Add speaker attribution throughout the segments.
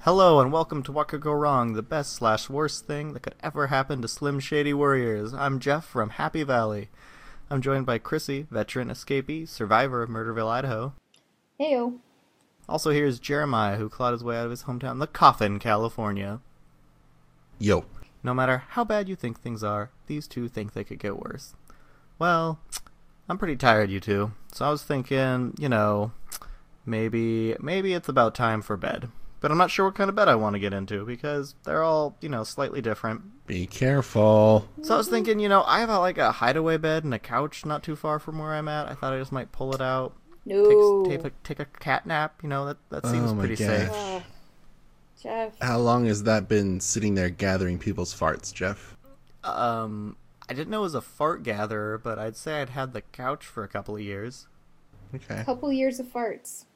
Speaker 1: Hello and welcome to What Could Go Wrong, the best slash worst thing that could ever happen to Slim Shady Warriors. I'm Jeff from Happy Valley. I'm joined by Chrissy, veteran escapee, survivor of Murderville, Idaho.
Speaker 2: Heyo.
Speaker 1: Also here is Jeremiah, who clawed his way out of his hometown, The Coffin, California.
Speaker 3: Yo.
Speaker 1: No matter how bad you think things are, these two think they could get worse. Well, I'm pretty tired, you two. So I was thinking, you know, maybe maybe it's about time for bed. But I'm not sure what kind of bed I want to get into because they're all, you know, slightly different.
Speaker 3: Be careful.
Speaker 1: So I was thinking, you know, I have a, like a hideaway bed and a couch not too far from where I'm at. I thought I just might pull it out,
Speaker 2: No.
Speaker 1: take, take a take a cat nap. You know, that that seems
Speaker 3: Oh my
Speaker 1: pretty
Speaker 3: gosh.
Speaker 1: safe.
Speaker 2: Oh, Jeff.
Speaker 3: How long has that been sitting there gathering people's farts, Jeff?
Speaker 1: Um, I didn't know it was a fart gatherer, but I'd say I'd had the couch for a couple of years.
Speaker 3: Okay.
Speaker 2: Couple years of farts.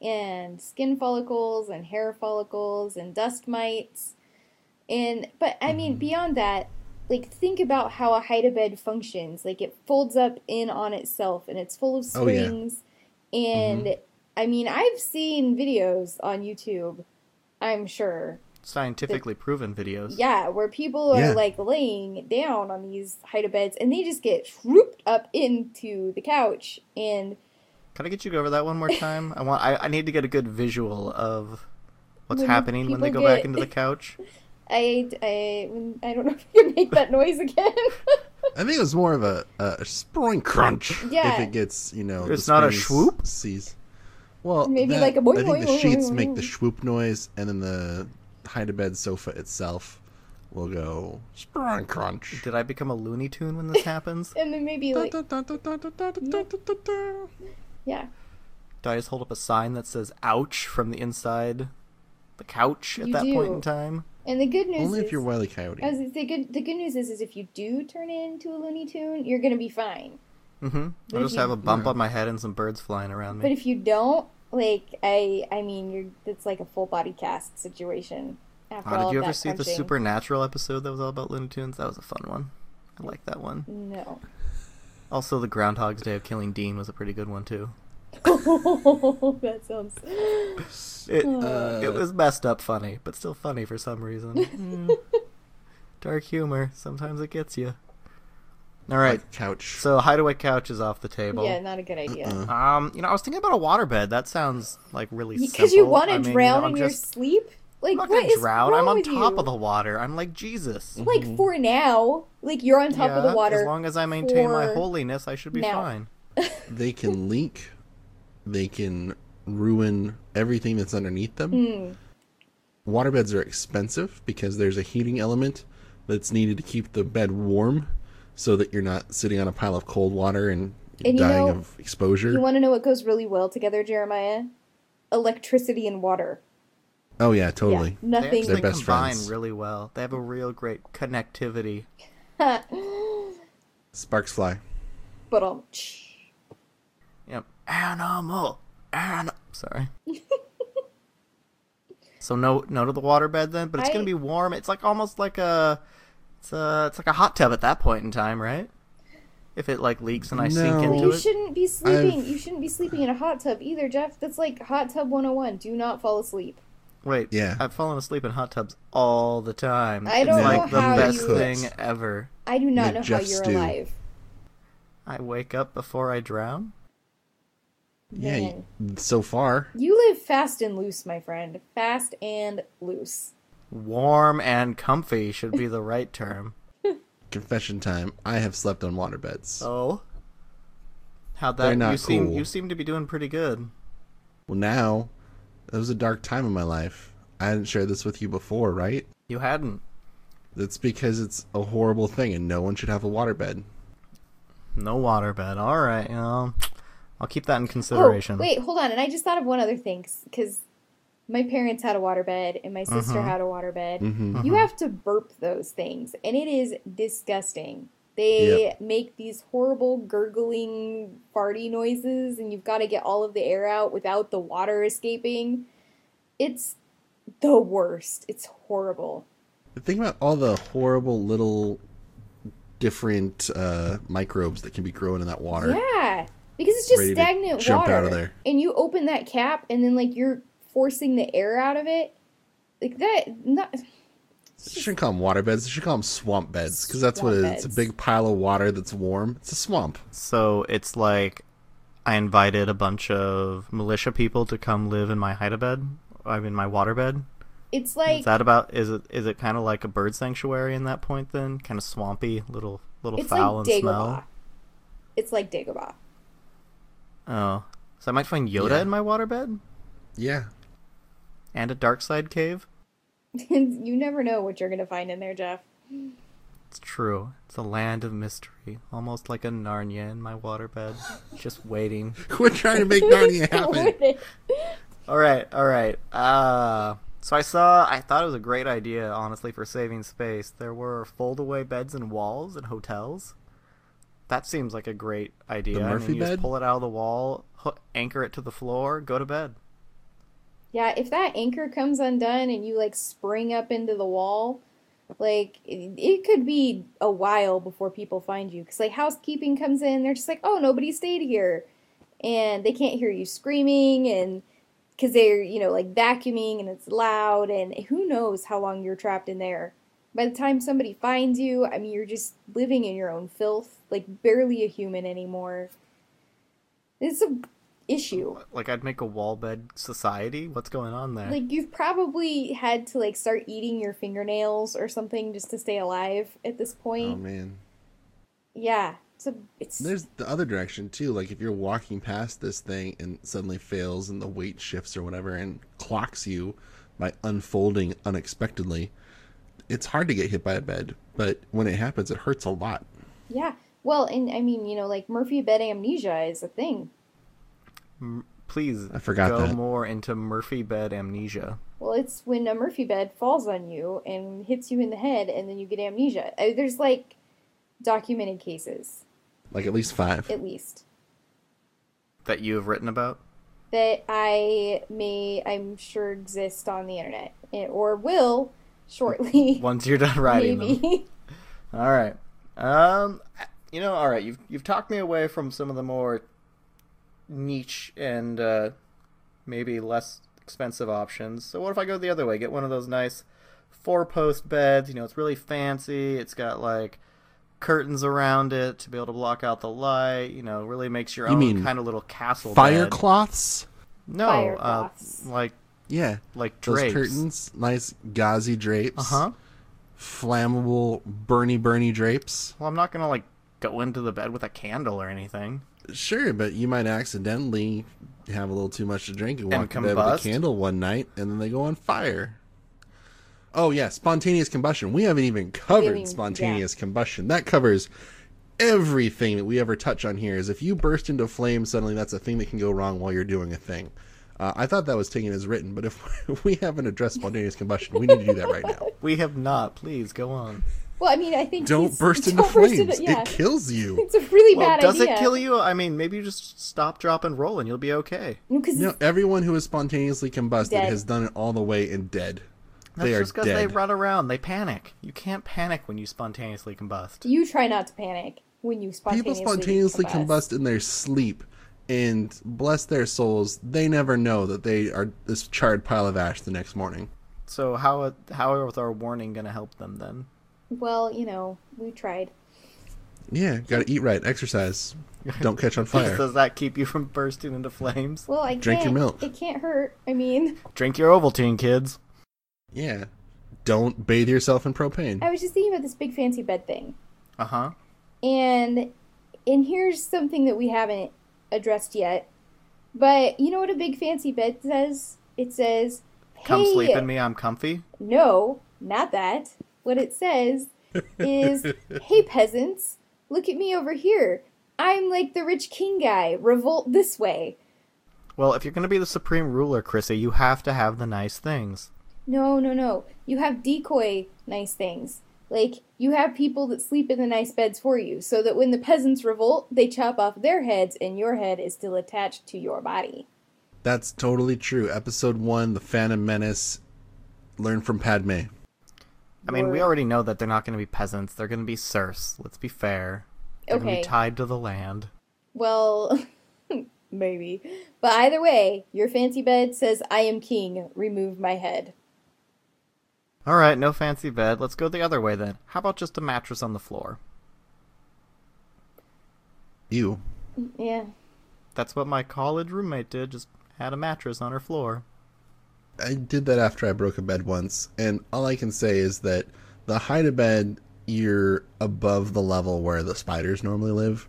Speaker 2: And skin follicles and hair follicles and dust mites. And but I
Speaker 3: Mm-hmm.
Speaker 2: mean beyond that, like think about how a hide a bed functions. Like it folds up in on itself and it's full of
Speaker 3: Oh, yeah. Mm-hmm.
Speaker 2: springs. And I mean I've seen videos on YouTube, I'm sure,
Speaker 1: Scientifically proven videos.
Speaker 2: Yeah, where people are
Speaker 3: Yeah.
Speaker 2: like laying down on these hide beds and they just get swooped up into the couch and
Speaker 1: Can I get you to go over that one more time? I want. I, I need to get a good visual of what's
Speaker 2: When
Speaker 1: happening when they go
Speaker 2: people
Speaker 1: back
Speaker 2: get-
Speaker 1: into the couch.
Speaker 2: I I I don't know if you can make that noise again.
Speaker 3: I think it was more of a, a spring crunch.
Speaker 2: Yeah.
Speaker 3: If it gets, you know,
Speaker 1: It's not a
Speaker 3: springs
Speaker 1: swoop?
Speaker 3: Sees. Well,
Speaker 2: Maybe
Speaker 3: that-
Speaker 2: like a boing,
Speaker 3: I think
Speaker 2: boing,
Speaker 3: the
Speaker 2: boing,
Speaker 3: sheets
Speaker 2: boing,
Speaker 3: make
Speaker 2: boing.
Speaker 3: the swoop noise, and then the hide a bed sofa itself will go spring crunch.
Speaker 1: Did I become a Looney Tune when this happens?
Speaker 2: and then maybe like
Speaker 3: Da-da-da-da-da-da-da-da-da.
Speaker 2: yeah.
Speaker 1: Do I just hold up a sign that says "Ouch" from the inside the couch at
Speaker 2: You
Speaker 1: that point
Speaker 2: do.
Speaker 1: in time?
Speaker 2: And the good news
Speaker 3: Only
Speaker 2: is
Speaker 3: if you're Wile E. Coyote.
Speaker 2: as the good the good news is is if you do turn into a Looney Tune, you're gonna be fine.
Speaker 1: Mm-hmm. I
Speaker 2: if
Speaker 1: just
Speaker 2: you-
Speaker 1: have a bump on my head and some birds flying around
Speaker 2: But
Speaker 1: me.
Speaker 2: if you don't, like I I mean you're it's like a full body cast situation. After
Speaker 1: Oh,
Speaker 2: all
Speaker 1: did you
Speaker 2: of
Speaker 1: ever
Speaker 2: that
Speaker 1: see the
Speaker 2: crunching.
Speaker 1: Supernatural episode that was all about Looney Tunes? That was a fun one. I like that one.
Speaker 2: No.
Speaker 1: Also, the Groundhog's Day of Killing Dean was a pretty good one too.
Speaker 2: that sounds
Speaker 1: It
Speaker 3: Uh,
Speaker 1: it was messed up funny, but still funny for some reason. Mm. Dark humor sometimes it gets you. All right,
Speaker 3: couch.
Speaker 1: so hideaway couch is off the table.
Speaker 2: Yeah, not a good idea.
Speaker 1: Um, you know, I was thinking about a waterbed. That sounds like really
Speaker 2: Because you
Speaker 1: simple.
Speaker 2: want
Speaker 1: I
Speaker 2: to
Speaker 1: mean, you
Speaker 2: drown
Speaker 1: know, I'm
Speaker 2: in
Speaker 1: just-
Speaker 2: your sleep? Like,
Speaker 1: I'm not
Speaker 2: what
Speaker 1: gonna
Speaker 2: is
Speaker 1: drown.
Speaker 2: wrong
Speaker 1: I'm on
Speaker 2: with
Speaker 1: top
Speaker 2: you?
Speaker 1: of the water. I'm like Jesus.
Speaker 2: Like, for now, like, you're on top of the
Speaker 1: Yeah,
Speaker 2: water.
Speaker 1: As long as I maintain my
Speaker 2: for
Speaker 1: holiness, I should be
Speaker 2: now.
Speaker 1: fine.
Speaker 3: they can leak they can ruin everything that's underneath them
Speaker 2: Hmm.
Speaker 3: waterbeds are expensive because there's a heating element that's needed to keep the bed warm so that you're not sitting on a pile of cold water and,
Speaker 2: you
Speaker 3: dying
Speaker 2: know,
Speaker 3: of exposure
Speaker 2: you want to know what goes really well together, Jeremiah? Electricity and water.
Speaker 3: oh yeah totally
Speaker 2: Yeah,
Speaker 1: They
Speaker 2: nothing.
Speaker 1: actually
Speaker 3: They're best
Speaker 1: combine
Speaker 3: friends.
Speaker 1: really well. They have a real great connectivity.
Speaker 3: sparks fly
Speaker 2: But um,
Speaker 1: Yep. Animal. An- Sorry. so no, no to the waterbed then. But it's gonna
Speaker 2: I-
Speaker 1: be warm. It's like almost like a, it's a, it's like a hot tub at that point in time, right? If it like leaks and I sink
Speaker 3: No.
Speaker 1: into
Speaker 2: you
Speaker 1: it.
Speaker 2: shouldn't be sleeping.
Speaker 3: I've-
Speaker 2: You shouldn't be sleeping in a hot tub either, Jeff. That's like hot tub 101. Do not fall asleep.
Speaker 1: Wait.
Speaker 3: Yeah.
Speaker 1: I've fallen asleep in hot tubs all the time.
Speaker 2: I
Speaker 1: It's
Speaker 2: don't
Speaker 1: like
Speaker 3: know
Speaker 1: the
Speaker 3: how
Speaker 1: best
Speaker 3: you-
Speaker 1: thing ever.
Speaker 2: I do not
Speaker 3: Make
Speaker 2: know
Speaker 3: Jeff
Speaker 2: how you're
Speaker 3: stew.
Speaker 2: alive.
Speaker 1: I wake up before I drown.
Speaker 3: yeah
Speaker 2: Man.
Speaker 3: y- so far
Speaker 2: You live fast and loose, my friend. Fast and loose.
Speaker 1: Warm and comfy should be the right term.
Speaker 3: confession time i have slept on waterbeds
Speaker 1: Oh. How'd
Speaker 3: They're
Speaker 1: that
Speaker 3: not
Speaker 1: you seem
Speaker 3: cool.
Speaker 1: you seem to be doing pretty good.
Speaker 3: well now that was a dark time in my life i didn't share this with you before right
Speaker 1: You hadn't.
Speaker 3: That's because it's a horrible thing and no one should have a waterbed.
Speaker 1: No waterbed. Alright, you know. I'll keep that in
Speaker 2: Oh,
Speaker 1: consideration.
Speaker 2: wait, hold on. And I just thought of one other thing because my parents had a waterbed and my
Speaker 3: Mm-hmm.
Speaker 2: sister had a waterbed. You have to burp those things, and it is disgusting. They
Speaker 3: Yep.
Speaker 2: make these horrible gurgling, farty noises, and you've got to get all of the air out without the water escaping. It's the worst. It's horrible.
Speaker 3: Think about all the horrible little different uh, microbes that can be growing in that water.
Speaker 2: Yeah, because it's just
Speaker 3: Ready to
Speaker 2: stagnant
Speaker 3: jump
Speaker 2: water.
Speaker 3: out of there.
Speaker 2: And you open that cap, and then like you're forcing the air out of it, like that. Not
Speaker 3: You shouldn't call them water beds. You should call them swamp beds because that's what it is.
Speaker 2: Swamp
Speaker 3: It's
Speaker 2: beds.
Speaker 3: a big pile of water that's warm. It's a swamp.
Speaker 1: So it's like I invited a bunch of militia people to come live in my hide bed. I mean my waterbed.
Speaker 2: it's
Speaker 1: is
Speaker 2: like
Speaker 1: that about is it is it kind of like a bird sanctuary in that point then? Kind of swampy, little little
Speaker 2: it's
Speaker 1: foul
Speaker 2: like
Speaker 1: and
Speaker 2: Dagobah.
Speaker 1: smell.
Speaker 2: It's like Dagobah.
Speaker 1: Oh. So I might find Yoda
Speaker 3: Yeah.
Speaker 1: in my waterbed
Speaker 3: Yeah.
Speaker 1: and a dark side cave.
Speaker 2: you never know what you're gonna find in there, Jeff.
Speaker 1: It's true. It's a land of mystery, almost like a Narnia in my waterbed, just waiting.
Speaker 3: We're trying to make Narnia happen.
Speaker 1: All right, all right. Uh, so I saw. I thought it was a great idea, honestly, for saving space. There were foldaway beds and walls in hotels. That seems like a great idea. I mean,
Speaker 3: Murphy
Speaker 1: you just
Speaker 3: bed?
Speaker 1: pull it out of the wall, hook, anchor it to the floor, go to bed.
Speaker 2: Yeah, if that anchor comes undone and you like spring up into the wall, like it, it could be a while before people find you. Because like housekeeping comes in, they're just like, oh, nobody stayed here, and they can't hear you screaming, and because they're you know like vacuuming and it's loud, and who knows how long you're trapped in there. By the time somebody finds you, I mean, you're just living in your own filth, like barely a human anymore. It's a issue.
Speaker 1: Like I'd make a wall bed society. What's going on there?
Speaker 2: Like you've probably had to like start eating your fingernails or something just to stay alive at this
Speaker 3: Oh
Speaker 2: point.
Speaker 3: man.
Speaker 2: yeah, it's a it's
Speaker 3: There's the other direction too. Like if you're walking past this thing and suddenly fails and the weight shifts or whatever and clocks you by unfolding unexpectedly, it's hard to get hit by a bed. But when it happens, it hurts a lot.
Speaker 2: yeah. Well, and I mean, you know, like Murphy bed amnesia is a thing.
Speaker 1: Please,
Speaker 3: I forgot
Speaker 1: go
Speaker 3: that.
Speaker 1: more into Murphy bed amnesia.
Speaker 2: Well, it's when a Murphy bed falls on you and hits you in the head, and then you get amnesia. Uh, There's like documented cases,
Speaker 3: Like at least five.
Speaker 2: at least
Speaker 1: that you have written about?
Speaker 2: that I may, I'm sure, exist on the internet eh, or will shortly,
Speaker 1: Once you're done writing them.
Speaker 2: maybe.
Speaker 1: All right. Um, you know, all right. You've you've talked me away from some of the more niche and uh, maybe less expensive options. So what if I go the other way? Get one of those nice four post beds. You know, it's really fancy. It's got like curtains around it to be able to block out the light. You know, really makes your
Speaker 3: You
Speaker 1: own
Speaker 3: mean
Speaker 1: kind of little castle.
Speaker 3: Fire
Speaker 1: bed.
Speaker 3: cloths.
Speaker 1: No,
Speaker 2: Fire
Speaker 1: uh,
Speaker 2: cloths.
Speaker 1: like
Speaker 3: Yeah.
Speaker 1: like
Speaker 3: Those
Speaker 1: drapes.
Speaker 3: curtains, nice gauzy drapes.
Speaker 1: Uh huh.
Speaker 3: Flammable Bernie Bernie drapes.
Speaker 1: Well, I'm not gonna like go into the bed with a candle or anything.
Speaker 3: Sure, but you might accidentally have a little too much to drink and
Speaker 1: And
Speaker 3: walk to bed with a
Speaker 1: combust?
Speaker 3: candle one night, and then they go on fire. Oh yeah, spontaneous combustion. We haven't even covered
Speaker 2: haven't even-
Speaker 3: spontaneous combustion. That covers everything that we ever touch on here. Is if you burst into flame suddenly, that's a thing that can go wrong while you're doing a thing. Uh, I thought that was taken as written, but if we haven't addressed spontaneous combustion, we need to do that right now.
Speaker 1: We have not. Please go on.
Speaker 2: Well, I mean, I think
Speaker 3: Don't
Speaker 2: he's-
Speaker 3: burst into
Speaker 2: don't
Speaker 3: flames.
Speaker 2: yeah.
Speaker 3: It kills you.
Speaker 2: It's a really
Speaker 1: Well,
Speaker 2: bad
Speaker 1: does
Speaker 2: idea.
Speaker 1: it kill you? I mean, maybe you just stop, drop, and roll, and you'll be okay.
Speaker 2: Because
Speaker 3: No, everyone who is spontaneously combusted
Speaker 2: Dead.
Speaker 3: has done it all the way and dead.
Speaker 1: That's
Speaker 3: they are
Speaker 1: just because they
Speaker 3: dead.
Speaker 1: run around. They panic. You can't panic when you spontaneously combust.
Speaker 2: you try not to panic when you
Speaker 3: People
Speaker 2: spontaneously
Speaker 3: spontaneously combust. in their sleep, and bless their souls, they never know that they are this charred pile of ash the next morning.
Speaker 1: So how uh, how is our warning going to help them then?
Speaker 2: Well, you know, we tried.
Speaker 3: Yeah, gotta eat right, exercise, don't catch on fire.
Speaker 1: Does that keep you from bursting into flames?
Speaker 2: Well, I
Speaker 3: Drink your
Speaker 2: can't-
Speaker 3: milk.
Speaker 2: It can't hurt. I mean,
Speaker 1: Drink your Ovaltine, kids.
Speaker 3: Yeah, don't bathe yourself in propane.
Speaker 2: I was just thinking about this big fancy bed thing,
Speaker 1: Uh huh.
Speaker 2: and and here's something that we haven't addressed yet. But you know what a big fancy bed says? It says, "Hey,
Speaker 1: Come sleep in me. I'm comfy.
Speaker 2: No, not that. What it says is, hey peasants, look at me over here. I'm like the rich king guy. Revolt this way.
Speaker 1: Well, if you're going to be the supreme ruler, Chrissy, you have to have the nice things.
Speaker 2: No, no, no. You have decoy nice things.
Speaker 4: Like, you have people that sleep in the nice beds for you, so that when the peasants revolt, they chop off their heads and your head is still attached to your body.
Speaker 3: That's totally true. Episode one, The Phantom Menace. Learn from Padme.
Speaker 1: I mean, we
Speaker 4: Word.
Speaker 1: already know that they're not going to be peasants. They're going to be serfs. Let's be fair. They're going to
Speaker 4: Okay.
Speaker 1: be tied to the land.
Speaker 4: Well, maybe. But either way, your fancy bed says, I am king, remove my head.
Speaker 1: All right, no fancy bed. Let's go the other way then. How about just a mattress on the floor?
Speaker 3: Ew.
Speaker 4: Yeah.
Speaker 1: That's what my college roommate did. Just had a mattress on her floor.
Speaker 3: I did that after I broke a bed once, and all I can say is that the height of bed, you're above the level where the spiders normally live.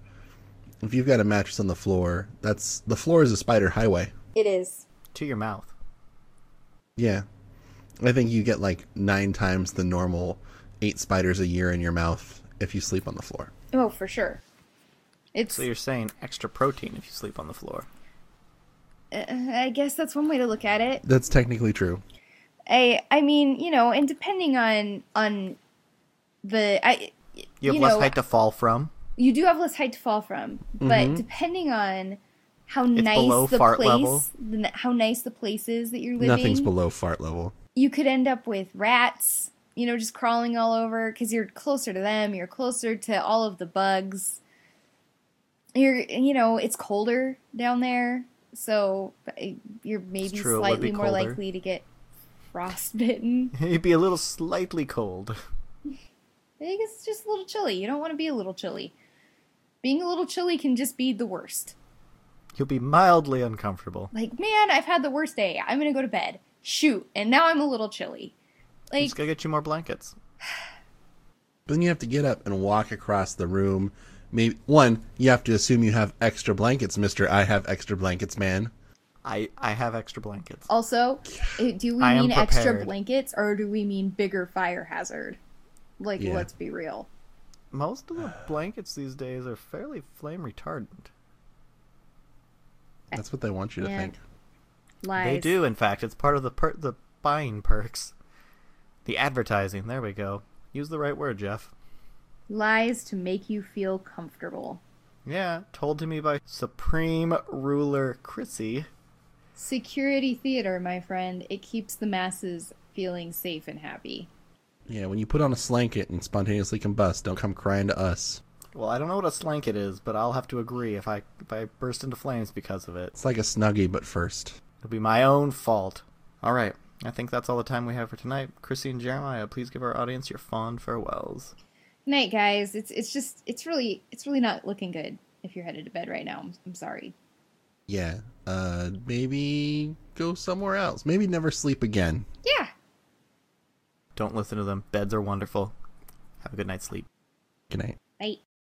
Speaker 3: If you've got a mattress on the floor, that's the floor is a spider highway.
Speaker 4: It is.
Speaker 1: To your mouth.
Speaker 3: Yeah. I think you get like nine times the normal eight spiders a year in your mouth if you sleep on the floor.
Speaker 4: Oh, for sure.
Speaker 2: It's.
Speaker 1: So you're saying extra protein if you sleep on the floor.
Speaker 2: uh, I guess that's one way to look at it.
Speaker 3: That's technically true.
Speaker 2: I I mean, you know, and depending on on the I
Speaker 1: You have
Speaker 2: You
Speaker 1: less
Speaker 2: know-
Speaker 1: height to fall from.
Speaker 2: you do have less height to fall from, but depending on how
Speaker 1: Mm-hmm. below
Speaker 2: nice the
Speaker 1: fart
Speaker 2: place,
Speaker 1: level.
Speaker 2: the, how nice the place is that you're living,
Speaker 3: Nothing's below fart level.
Speaker 2: you could end up with rats, you know, just crawling all over because you're closer to them. You're closer to all of the bugs. You're, you know, it's colder down there, so uh, you're maybe
Speaker 1: true, it would
Speaker 2: slightly
Speaker 1: be
Speaker 2: more
Speaker 1: colder.
Speaker 2: likely to get frostbitten.
Speaker 1: You'd be a little slightly cold.
Speaker 2: I think it's just a little chilly. You don't want to be a little chilly. Being a little chilly can just be the worst.
Speaker 1: You'll be mildly uncomfortable.
Speaker 2: Like, man, I've had the worst day. I'm gonna go to bed. Shoot, and now I'm a little chilly.
Speaker 1: I'm
Speaker 2: Like,
Speaker 1: just gonna get you more blankets.
Speaker 3: But then you have to get up and walk across the room. Maybe one, you have to assume you have extra blankets, Mister. I have extra blankets, man.
Speaker 1: I I have extra blankets.
Speaker 2: also, eh, do we
Speaker 1: I am
Speaker 2: mean extra
Speaker 1: prepared.
Speaker 2: blankets or do we mean bigger fire hazard? Like,
Speaker 3: Yeah.
Speaker 2: let's be real.
Speaker 1: Most of the blankets these days are fairly flame retardant.
Speaker 3: That's what they want you to
Speaker 2: Yeah.
Speaker 3: think.
Speaker 2: Lies.
Speaker 1: They do, in fact. It's part of the per- the buying perks. The advertising. There we go. Use the right word, Jeff.
Speaker 2: Lies to make you feel comfortable.
Speaker 1: Yeah, told to me by Supreme Ruler Chrissy.
Speaker 2: Security theater, my friend. It keeps the masses feeling safe and happy.
Speaker 3: Yeah, when you put on a slanket and spontaneously combust, don't come crying to us.
Speaker 1: Well, I don't know what a slanket is, but I'll have to agree if I if I burst into flames because of it.
Speaker 3: It's like a snuggie, but first.
Speaker 1: It'll be my own fault. All right. I think that's all the time we have for tonight. Chrissy and Jeremiah, please give our audience your fond farewells.
Speaker 2: night guys it's it's just it's really it's really not looking good if you're headed to bed right now i'm, I'm sorry
Speaker 3: Yeah. Uh, maybe go somewhere else. Maybe never sleep again.
Speaker 2: yeah
Speaker 1: Don't listen to them. Beds are wonderful. Have a good night's sleep.
Speaker 3: Good night.
Speaker 2: night